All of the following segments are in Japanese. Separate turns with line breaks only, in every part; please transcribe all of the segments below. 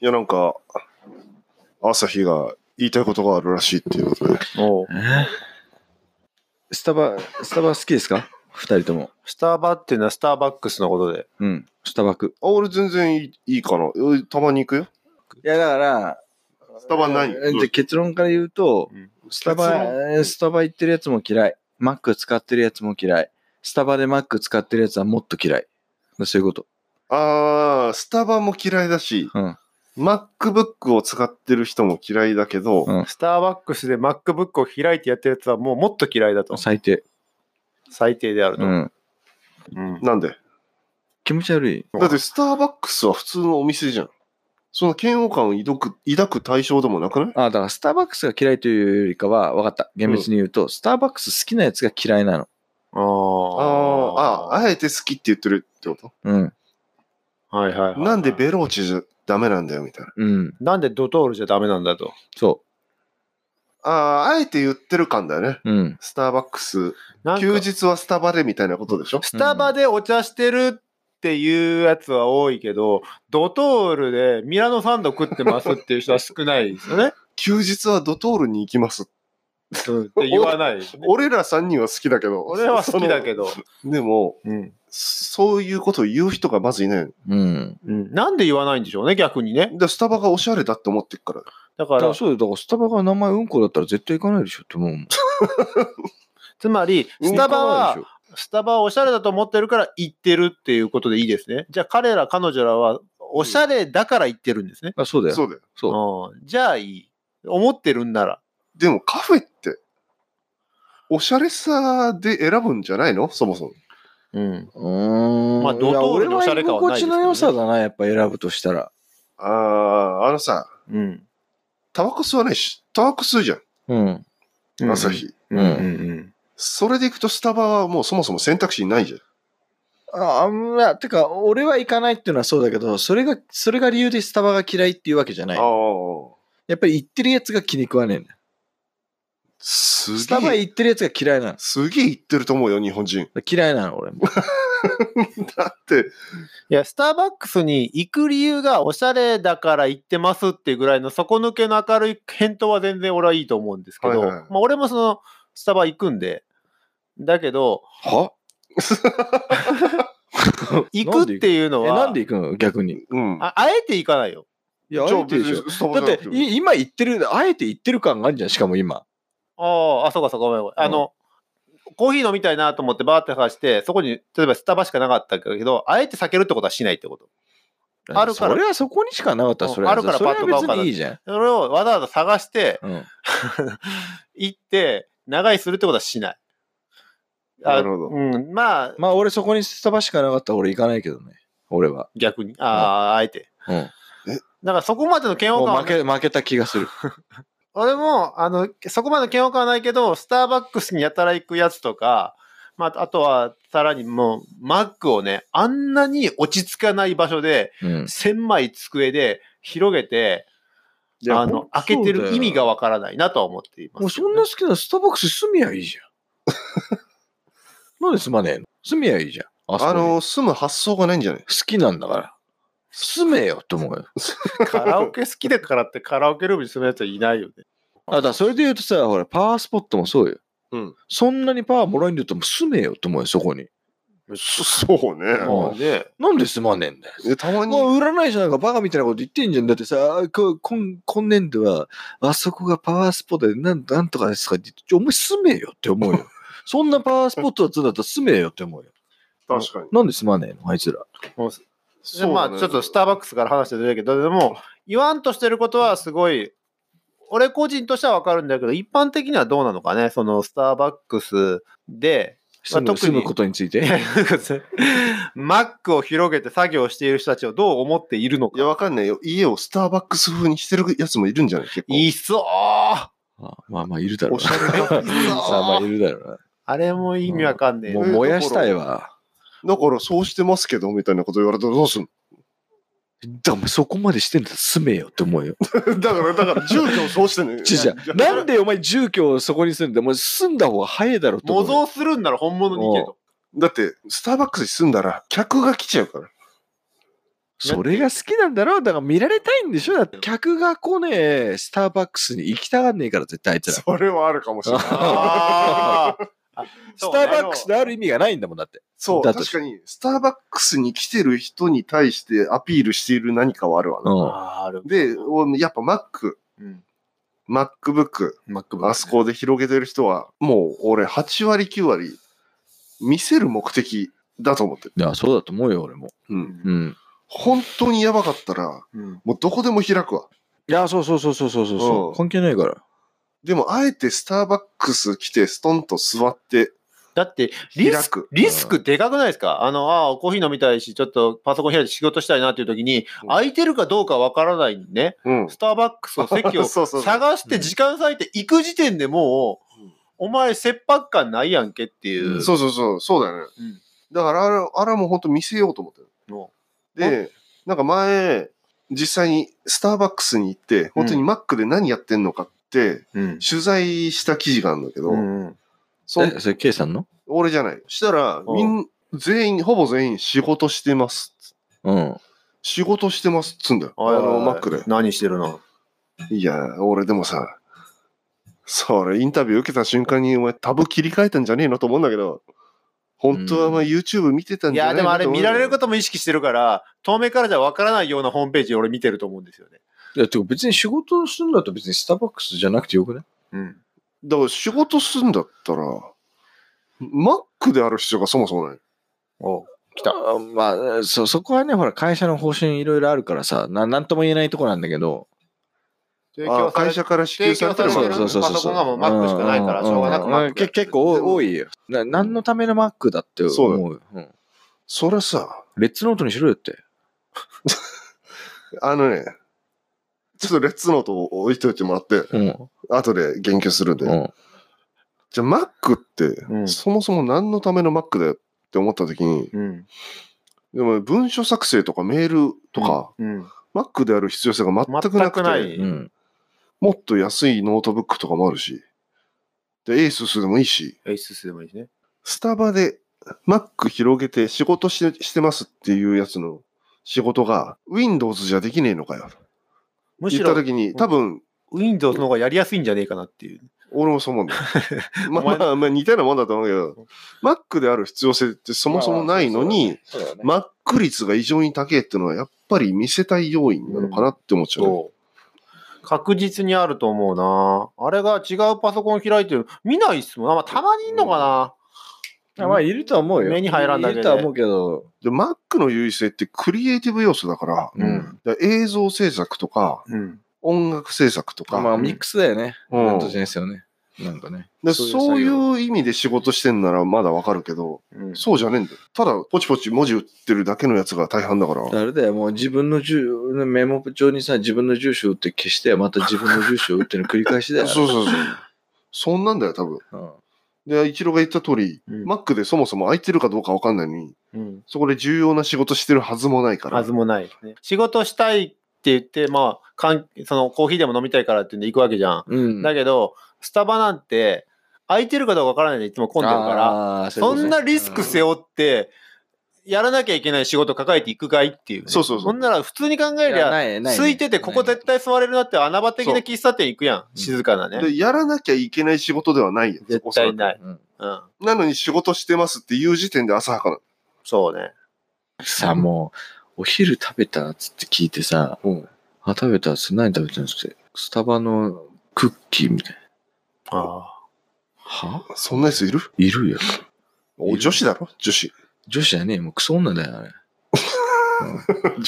いや、なんか、朝日が言いたいことがあるらしいっていうことで。
おう
えースタバ、スタバ好きですか二人とも。
スターバっていうのはスターバックスのことで。
うん。スタバク。
あ、俺全然いいいいかな。うんたまに行くよ。
いや、だから、
スタバ何
えーじゃあ結論から言うと、スタバ、えースタバ行ってるやつも嫌い。マック使ってるやつも嫌い。スタバでマック使ってるやつはもっと嫌い。そういうこと。
あー、スタバも嫌いだし、
うん。
MacBook を使ってる人も嫌いだけど、
うん
スターバックスで MacBook を開いてやってるやつはもうもっと嫌いだと。
最低。
最低であると。
うん。
うん
なんで
気持ち悪い。
だってスターバックスは普通のお店じゃん。その嫌悪感を抱く抱く対象でもなくない
あ、だからスターバックスが嫌いというよりかは、分かった。厳密に言うと、スターバックス好きなやつが嫌いなの。
あ
あ
ー
あー、あえて好きって言ってるってこと
うん。
はいはいはいはい。
なんでベローチじゃダメなんだよみたいな。
うん。
なんでドトールじゃダメなんだと。
そ
ああー、あえて言ってる感だよね。
う。うん。
スターバックス。
なんか
休日はスタバでみたいなことでしょ
スタバでお茶してるっていうやつは多いけど、ドトールでミラノサンド食ってますっていう人は少ないですよね。
休日はドトールに行きます。
うんって言わない、ね。
俺ら3人は好きだけど。
俺は好きだけど。
その。でも、
うん
そういうことを言う人がまずいないの。
うん。
うん、なんで言わないんでしょうね、逆にね。
で、スタバがおしゃれだって思ってるから。
だか
だからら、そうよ。だからスタバが名前うんこだったら絶対行かないでしょって思 うもん。
つまり、スタバは、
行か
スタバはおしゃれだと思ってるから行ってるっていうことでいいですね。じゃあ彼ら、彼女らはおしゃれだから行ってるんですね。
ないでしょあ、そうだよ。
そうだよ。
そう。
うん、じゃあいい。思ってるんなら。
でもカフェって、おしゃれさで選ぶんじゃないのそもそも。
うん。
うーん
まあドトールのおしゃれ感はないですけどね
いや俺は居心地の良さだな、やっぱ選ぶとしたら。
ああ、あのさ、
うん。
タバコ吸わないし、タバコ吸うじゃ
うん。
ん、朝日。
うんうんうん。
それで行くとスタバはもうそもそも選択肢にないじゃん。
あ、あんま、てか、俺は行かないっていうのはそうだけど、それが、それが理由でスタバが嫌いっていうわけじゃない。
ああ。
やっぱり行ってるやつが気に食わねえんだよ。
す
スタバ
げえ、
行ってるやつが嫌いなの。
すげえ言ってると思うよ、日本人。
嫌いなの、俺も。
だって、
いや、スターバックスに行く理由がおしゃれだから行ってますっていうぐらいの底抜けの明るい返答は全然俺はいいと思うんですけど、
はいはい
まあ俺もそのスタバ行くんで、だけど、
は
行くっていうの
え、
は、
なんで行くの逆に。
うん。
ああえて行かないよ。
いや、あ
じゃ
え
あ
てでしょ。
別にスタバ
だ
じゃな
って
く、も
い今言ってる、あえて言ってる感があるじゃん、しかも今。
ああ、あ、そうかそうか、ごめんごめん。あの、コーヒー飲みたいなと思ってバーって探して、そこに、例えばスタバしかなかったけど、あえて避けるってことはしないってこと。あるから
それはそこにしかなかったら、それは。
あるから
それは
パッと買おうかな
別にいいじゃん。
それをわざわざ探して、
うん。
行って、長居するってことはしない。あ
なるほど
うん、まあ、
まあ、俺そこにスタバしかなかったら俺行かないけどね。俺は。
逆に。ああ、あえて。
うん。
だからそこまでの嫌悪
も
感
う
は
負け、負けた気がする。
俺も、あの、そこまで嫌悪感はないけど、スターバックスにやたら行くやつとか、まあ、あとは、さらにもう、マックをね、あんなに落ち着かない場所で、
うん。
千枚机で広げて、
いや
あの、開けてる意味がわからないなとは思っています、
もうそんな好きなスターバックス住みやいいじゃん。なんで住まねえの住みやいいじゃん。あそこ
あ
に好
の、住む発想がないんじゃない
きなんだから。住めよって思うよ。
カラオケ好きだからってカラオケルームに住むやつはいないよね。
あ、だからそれで言うとさ、ほら、パワースポットもそうよ。
うん。
そんなにパワーもらえんでとも住めよって思うよ、そこに。
そ そうね。
ん
もうね。
なんで住まねえんだよ。
えたまに、
もう占い師なんかバカみたいなこと言ってんじゃん。だってさ、こ今今年度は、あそこがパワースポットでなんなんとかですかって言ってちょお前住めよって思うよ。そんなパワースポットだったんだったら住めよって思うよ。
確かに。
なんで住まねえのあいつら。
もう
そ
で
うだ
まあ
ね
ちょっとスターバックスから話してるけどでも言わんとしてることはすごい俺個人としては分かるんだけど一般的にはどうなのかねそのスターバックスで
住む,、
まあ特に
ことについ
い や
て。
なんかそれマックを広げて作業している人たちをどう思っているの
いや、
か
わかんないよ。家をスターバックス風にしてるやつもいるんじゃない結構。
いそう
あまあまあいるだろう
お
な。
しゃれだ。だ
さあまあ いるだろ
あれも意味わかん
う
ねえ
な。
な、
もう燃やしたいわ。
から、そうしてますけど、みたいなこと言われたらどうすん
だからそこまでしてんだったら住めよって思うよ。
のだから、だから、住居をそうしてんのよ
ちじゃんなんでお前住居をそこに住んで、もう住んだ方が早いだろって思
模
うよ。
造するんなら本物に行けと
だって、スターバックスに住んだら、客が来ちゃうから。
それが好きなんだろう。だから見られたいんでしょだって客が来ねえ、スターバックスに行きたがんねえから、絶対あいつら。ス
それはあるかもしれない。
あーあ
タ
そ
ー
うね
バックスである意味がないんだもんだって。
そう、
だと
確かに、スターバックスに来てる人に対してアピールしている何かはあるわな。
あ
う
ーある。
で、おやっぱ Mac、
うん、
MacBook、
MacBook
あそこで広げてる人は、もう俺8割9割、見せる目的だと思ってる。
ん。いや、そうだと思うよ、俺も。
う。
うん。
うんん。
本当にやばかったら、
うん。
もうどこでも開くわ。
いや、そうそうそうそうそうそう。
うん
関係ないから。
でも、あえてスターバックス来て、ストンと座って、
だって、リ
開
ス
く
ク、リスクでかくないですかあの、ああ、コーヒー飲みたいし、ちょっとパソコン開いて仕事したいなっていう時に、
うん
空いてるかどうかわからないんでね、
うん。
スターバックスの席 を
そうそうそう
探して時間割いて行く時点でもう
うん、
お前切迫感ないやんけっていう。
そうそうそう、そうだよね。
うん
だからあれ、あれはもう本当見せようと思ってる。
の
で、なんか前、実際にスターバックスに行って、本当に Mac で何やってんのかって、
うん。
取材した記事があるんだけど、
うん。
そ
え、それ、ケイさんの
俺じゃない。したら、みん、全員、ほぼ全員仕事してます。
うん。
仕事してますっつうんだよ。あの、Mac で。
何してるの
いや、俺でもさ、それインタビュー受けた瞬間にお前タブ切り替えたんじゃねえのと思うんだけど、本当はお前 YouTube 見てたん
い
じゃな
や、で
いの
もあれ
と思う
見
んだ
ら
けど
れることも意識してるから、遠目からじゃわからないようなホームページ俺見てると思うんですよね。
いや、てか別に仕事をするんだったら別にスターバックスじゃなくてよくない
うん。
だから仕事すんだったら、Mac である必要がそもそもない。
お
来た。まあ、そ、そこはね、ほら、会社の方針いろいろあるからさ、ななんとも言えないとこなんだけど。
あ会社から支給
提
され
供
て
さ
る
れ
も
て
ん
る
ね
そうそうそうそう
パソコンがもう Mac しかないから、しょうがなく
ん
Mac
んけ結構多いよ。な何のための Mac だって思
そう
う
だ
よ。うん
それさ、
レッツノートにしろよって。
あのね、 ちょっとレッツノートを置いといてもらって、
うん。
後で言及するんで。
うん。
じゃあ Mac って、
ん
そもそも何のための Mac だよって思った時に、
うん。
でも文書作成とかメールとか、
うん。
Mac である必要性が全くなくて
全くない
うん。
もっと安いノートブックとかもあるし、で、ASUS でもいいし、
演出すでもいいしね。
スタバで Mac 広げて仕事してしてますっていうやつの仕事が Windows じゃできねえのかよ。
むし
言った
ろ、
時に多分
Windows の方がやりやすいんじゃねえかなっていう。
俺もそう思うんだよ。 まあ
お前
まあまあ似たようなもんだと思うけど、Mac である必要性ってそもそもないのに、
そうだよね、
Mac 率が異常に高いっていうのはやっぱり見せたい要因なのかなって思っちゃうね。
そう。確実にあると思うな。あれが違うパソコン開いてる。見ないっすもん。まあ、たまにいんのかな。
あまあ、いるとは思うよ。
目に入らんだけで
いるとは思うけど。
で、Mac の優位性ってクリエイティブ要素だから、
うん
だから映像制作とか
うん。
音楽制作とか、
まあ、ミックスだよね。
うん
なんとじゃないですよね。なんかね。
で
そういう
そう
作業
いう意味で仕事してんならまだわかるけど、
うん。
そうじゃねえんだよ。ただ、ポチポチ文字打ってるだけのやつが大半だから。
あれだよ、もう自分の住メモ帳にさ、自分の住所打って消して、また自分の住所打っての繰り返しだ よ。
そうそうそう。そんなんだよ、多分。
うん
で、一郎が言った通り、
うん
Mac でそもそも空いてるかどうかわかんないのに、
うん。
そこで重要な仕事してるはずもないから。
はずもないですね。仕事したいって言って、まあ、かんそのコーヒーでも飲みたいからって言うんで行くわけじゃん。
うん。
だけど、スタバなんて、空いてるかどうかわからないでいつも混んでるから、
ら
そんなリスク背負って、やらなきゃいけない仕事抱えていくかいっていうね、
そうそうそう
そんなら普通に考えりゃ、空いてて、ここ絶対座れるなって穴場的な喫茶店行くやん。
ん
静かなね。
で、やらなきゃいけない仕事ではないよ。。
絶対ないい。
うん
うん。
なのに仕事してますっていう時点で浅はかな。
そうね。
さあもう、お昼食べたっつって聞いてさ、
うん
あ、食べたっつって何食べてるんですかスタバのクッキーみたいな。
あ
は
そんなやついる
いるよ。い
お
る
女子だろ女子。
女子じゃねえよもうクソ女だよ、あれ。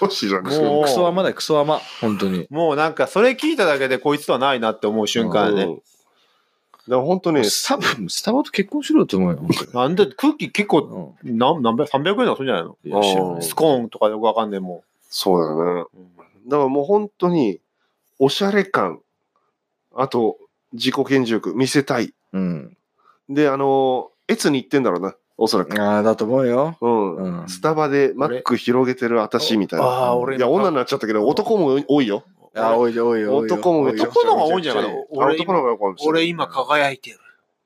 女子じゃなくて。
もう
クソ甘だよ、クソ甘。本当に。
あ。もうなんか、それ聞いただけでこいつとはないなって思う瞬間
うん
ね。
だから本当ね、
スタバ、スタバと結婚しろよと思うよ、本
なんで、空気結構、
当に。
なん何百、300円とかするんじゃないの
うん。いや知らない
スコーンとかよくわかんねえも
そうだよね。
ん。
だからもう本当に、おしゃれ感、あと、自己顕示欲、見せたい。
うん。
で、あの、エツに行ってんだろうな、おそらく。
ああ、だと思うよ。
うん。
うん。
スタバでマック広げてる私みたいな。
ああ、俺
いや、女に
の。
なっちゃったけど、男も多いよ。
あー、多いよ、多いよ。多いよ
男も多いよ。
男の方が多いんじゃない
めちくち
俺
あ男の方が多いかもしれない
俺今輝いてる。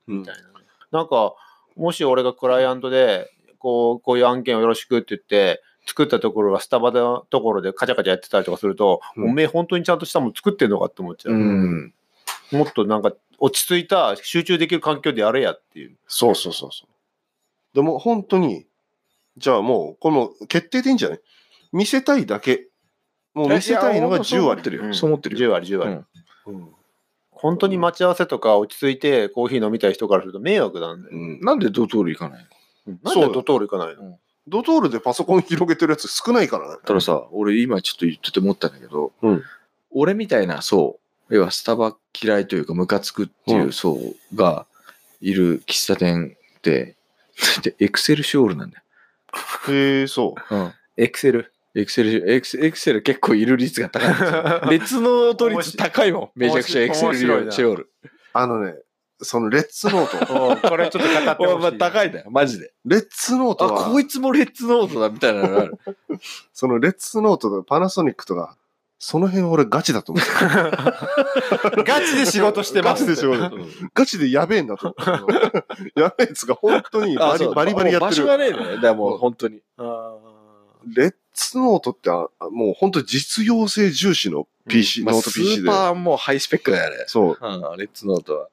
うん
みたいなね。なんか、もし俺がクライアントで、こう、こういう案件をよろしくって言って、作ったところはスタバのところでカチャカチャやってたりとかすると、
うん
おめえ本当にちゃんとしたもの作ってんのかって思っちゃう。
うん。
もっとなんか落ち着いた集中できる環境でやれやっていう。
そうそうそうそう。でも本当に、じゃあもう、これもう決定でいいんじゃない見せたいだけ。もう見せたいのが10割。
る
うん
そう思ってる
10
よ。
割、10割。
うん
うん
本当に待ち合わせとか落ち着いてコーヒー飲みたい人からすると迷惑なんで。
うん
なんでドトール行かないの
なんでドトール行かないの
ドトールでパソコン広げてるやつ少ないからね。
たださ、俺今ちょっと言ってて思ったんだけど、
うん
俺みたいな層、要はスタバ嫌いというかムカつくっていう層がいる喫茶店って、だってエクセルショールなんだよ。
へえ、そう。
エクセル。
エクセル、エクセル、エクセル結構いる率が高いんですよ。 別の取率高いも ん。めちゃくちゃエクセルショ
面白い
ール。
あのね、そのレッツノート。
おうこれちょっと語って
お
ほ
前
しい。
高いんだよ、マジで。
レッツノー
あ、
ト
こ
は、
いつもレッツノートだみたいなのがある。
そのレッツノートとパナソニックとか、その辺俺ガチだと思う。
ガチで仕事してます。
ガチで仕 事
うん
ガチでやべえんだ と思う。やべえっつうか、本当にバ
あそ
リ
う
バリバリやっ
場
て
所
る。
がねえんだよね。だからもう本当に。
あー
レッツノートってあ、もう本当実用性重視の PC、
まあ
ノー
ス
ト PC
ー
で。
パーもうハイスペックだよ、あれ。
そう。
うん、レッツノートは。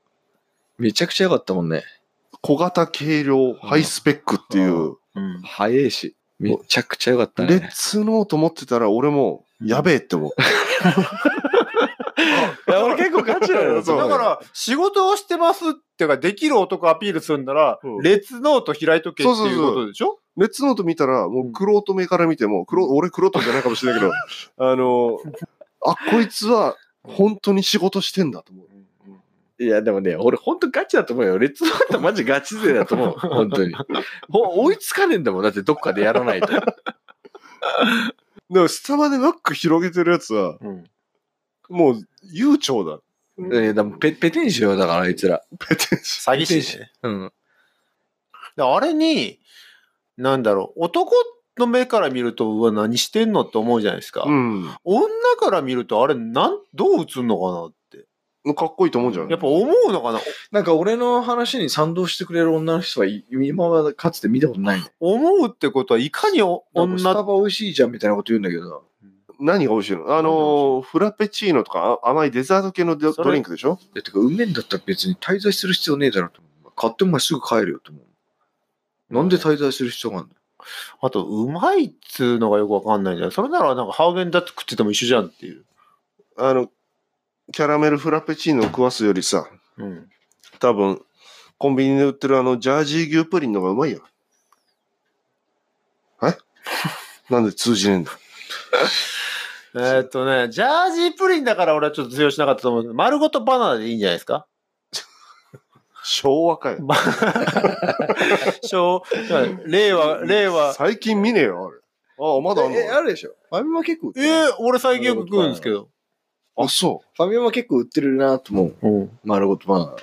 めちゃくちゃ良かったもんね。
小型、軽量、ハイスペックっていうう、
うん
早いし。めちゃくちゃ良かった
レッ
ね。
ツノート持ってたら俺も、やべえって思う。
いや、俺結構ガチだ よ。
そう
だから、仕事をしてますってか、できる男アピールするなら、
うん
レッツノート開いとけって
そうそう
いう
そう
ことでしょ
レッツノート見たら、もう、クロート目から見ても、クロ俺クロートじゃないかもしれ ないけど、あの、あ、こいつは、本当に仕事してんだと思う。
いや、でもね、俺本当ガチだと思うよ。レッツノートマジガチ勢だと思う。 本当に。ほ追いつかねえんだもん。だってどっかでやらないと。
でも、スタバでマック広げてるやつは、
うん
もう、悠長 だ。
えだもうペペテンシよ、だからあいつら。
ペテン師。
詐欺師ね。
うん。
であれに、なんだろう、男の目から見ると、うわ、何してんのって思うじゃないですか。
うん。
女から見ると、あれ、なん、どう映んのかなって。
かっこいいと思うんじゃない
やっぱ思うのかな
なんか俺の話に賛同してくれる女の人はい今はかつて見たことない。
思うってことはいかにお
女スタ
女、
バ美味しいじゃんみたいなこと言うんだけど。
何が美味しいのあのー、フラペチーノとかあ甘いデザート系のド
それ
ドリンクでしょ
えてか、運面だったら別に滞在する必要ねえだろうと思う。買ってお前すぐ帰るよと思う。なんで滞在する必要があるんだ
あと、うまいっつうのがよくわかんないんだよ。それなら、なんか、ハーゲンダッツ食ってても一緒じゃんっていう。
あの、キャラメルフラペチーノを食わすよりさ、
うん。
多分、コンビニで売ってるあの、ジャージー牛プリンの方がうまいよ。 えなんで通じねえんだ
えーっとね、ジャージープリンだから俺はちょっと通用しなかったと思うけど、丸ごとバナナでいいんじゃないです か
昭和かよ。
ば昭令和、令和。
最近見ねえよ、あれ。ああ、まだあんの
え、あるでしょ。ファミマ結構売って
え
る。
ー、俺最近よく食うんですけど。
あ、そ
ファミマ結構売ってるなと思う。丸ごとバナナ。
う。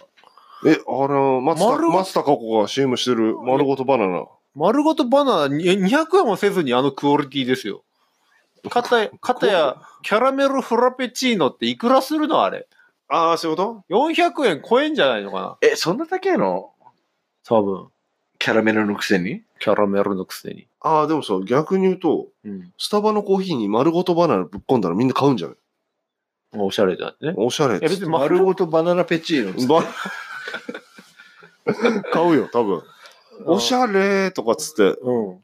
え、あの、松
丸ご
田、
と
松田加子が CM してる丸ごとバナナ。
丸ごとバナナに200円もせずにあのクオリティですよ。かたや、かたや、キャラメルフラペチーノっていくらするのあれ。
ああ、そういうこ
400円超えんじゃないのかな
え、そんな高いの
多分。
キャラメルのくせに
キャラメルのくせに。
とああ、でもさ、逆に言うと、
うん。
スタバのコーヒーに丸ごとバナナぶっ込んだらみんな買うんじゃない
おしゃれだね。
おしゃれっ
いや
つ
別
って
に
丸
丸ご
ごとバナナペチーノっつって。
ば買うよ、多分。おしゃれとかっつって、
うん。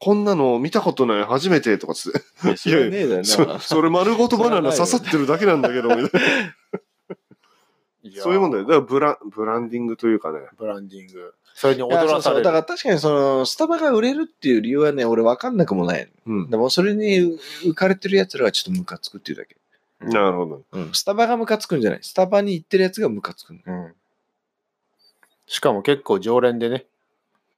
こんなの見たことない、初めてとかっつって、
いやそれはねえだよ
そ
な。
それ丸ごとバナナ刺さってるだけなんだけど、みたいなそういうもんだよ。だからブラブランディングというかね。
ブランディング。それに
いや
踊らさ
そうそ
れ
うだから
る。
確かにその、スタバが売れるっていう理由はね、俺分かんなくもない。
うん。
でもそれに浮かれてる奴らはちょっとムカつくっていうだけ。
なるほど。
うん。スタバがムカつくんじゃない。スタバに行ってる奴がムカつくんだよ。
うん。しかも結構常連でね、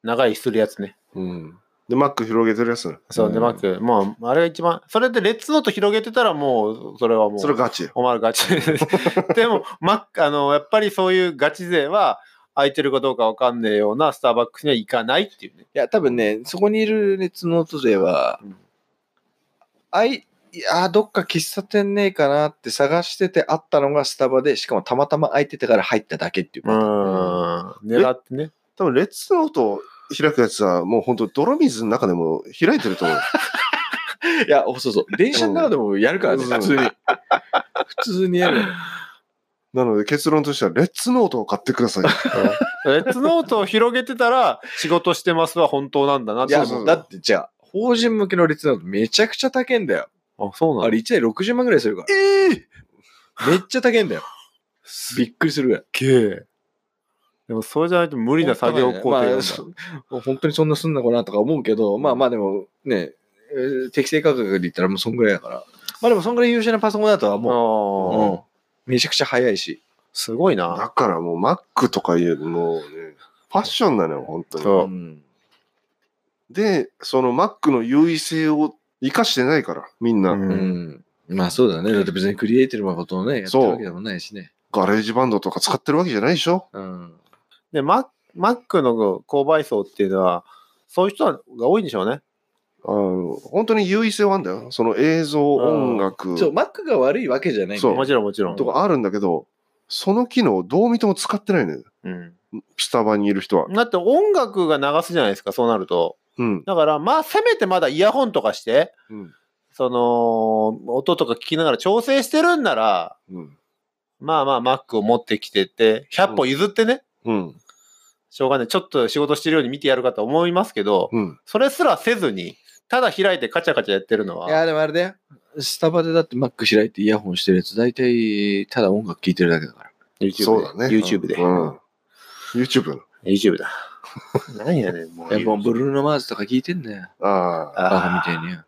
長いするやつね。
うん。で、マック広げてるやつね。
そう
う
ね、
ん
マック。まあ、あれが一番、それでレッツノート広げてたらもう、それはもう、
それガチよ。
お前らガチです。 でも、マック、あの、やっぱりそういうガチ勢は、空いてるかどうかわかんねえようなスターバックスには行かないっていうね。
いや、多分ね、そこにいる熱の音勢は
うん、
あい、いや、どっか喫茶店ねえかなって探しててあったのがスタバで、しかもたまたま空いてたから入っただけっていう。
うん。狙ってね。
多分、レッツノート開くやつは、もう本当泥水の中でも開いてると思う。
いや、そうそう。電車の中でもやるからね、
うん
普通に。普通にやる。
なので結論としては、レッツノートを買ってください。
レッツノートを広げてたら、仕事してますは本当なんだなっ
い
て。
や、
そうそう
だってじゃあ、法人向けの列なんてめちゃくちゃ高いんだよ。
あ、そうな
あ
んだ。
れ1台60万ぐらいするか
ええ
ら。めっちゃ高いんだよ。
す
び
っ
っくりするぐらい。
げえ。でもそれじゃないと無理な作業工程なんだ
まあそ本当にそんなすんのかなとか思うけど、まあまあでもね、えー適正価格で言ったらもうそんぐらいだから。まあでもそんぐらい優秀なパソコンだとは
あ
もう、う
ー
んめちゃくちゃ早いし。
すごいな。
だからもう Mac とかいう、もうね、ファッションなのよ、本当に。
そう
うん
で、その Mac の優位性を生かしてないから、みんな。
うん
うんまあそうだね。だって別にクリエイティブなことをね、やって
そう
るわけでもないしね。
ガレージバンドとか使ってるわけじゃないでしょ
うん。
で、ママックの購買層っていうのは、そういう人が多いんでしょうね。
あの本当に優位性はあるんだよ。その映像、
あー
音楽
そう、Mac が悪いわけじゃないんだよ
そう
もちろんもちろん。
とかあるんだけど、その機能をどう見ても使ってないのよ。
うん
スタバにいる人は。
だって音楽が流すじゃないですか、そうなると。
うん。
だから、まあ、せめてまだイヤホンとかして、
うん。
その、音とか聞きながら調整してるんなら、
うん。
まあまあ、マックを持ってきてって、100歩譲ってね、
うん。
しょうがない。ちょっと仕事してるように見てやるかと思いますけど、
うん。
それすらせずに、ただ開いてカチャカチャやってるの
いや、
は、
でもあれだよ。スタバでだって Mac 開いてイヤホンしてるやつ、大体、ただ音楽聴いてるだけだから。
YouTube で。
そうだね
YouTube で。
うん。YouTube の。
YouTube だ。何やねん、も
いや、もうブ
う。
ルーノマーズとか聴いてんだよ。
ああ。
バカみ
あ
たいによ。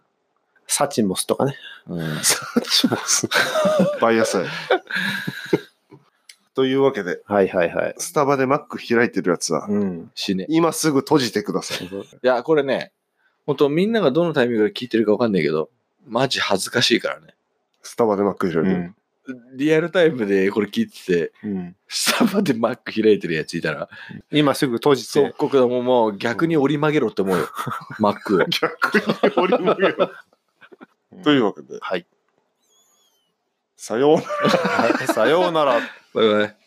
サチモスとかね。
うん
バイア サイ。というわけで、
はいはいはい。
スタバで Mac 開いてるやつは、
うん。
死ね。
今すぐ閉じてください。
いや、これね、本当みんながどのタイミングで聞いてるかわかんないけど、マジ恥ずかしいからね。
スタバで Mac 開いて
う
る。
ん。
リアルタイムでこれ聞いてて、
うん、
スタバで Mac 開いてるやついたら、
今すぐ閉じ
即
て。
刻だもんもう逆に折り曲げろって思うよ。Mac を。
逆に折り曲げろ。というわけで、
はい。
さようなら。
はいさようなら。
バイバイ。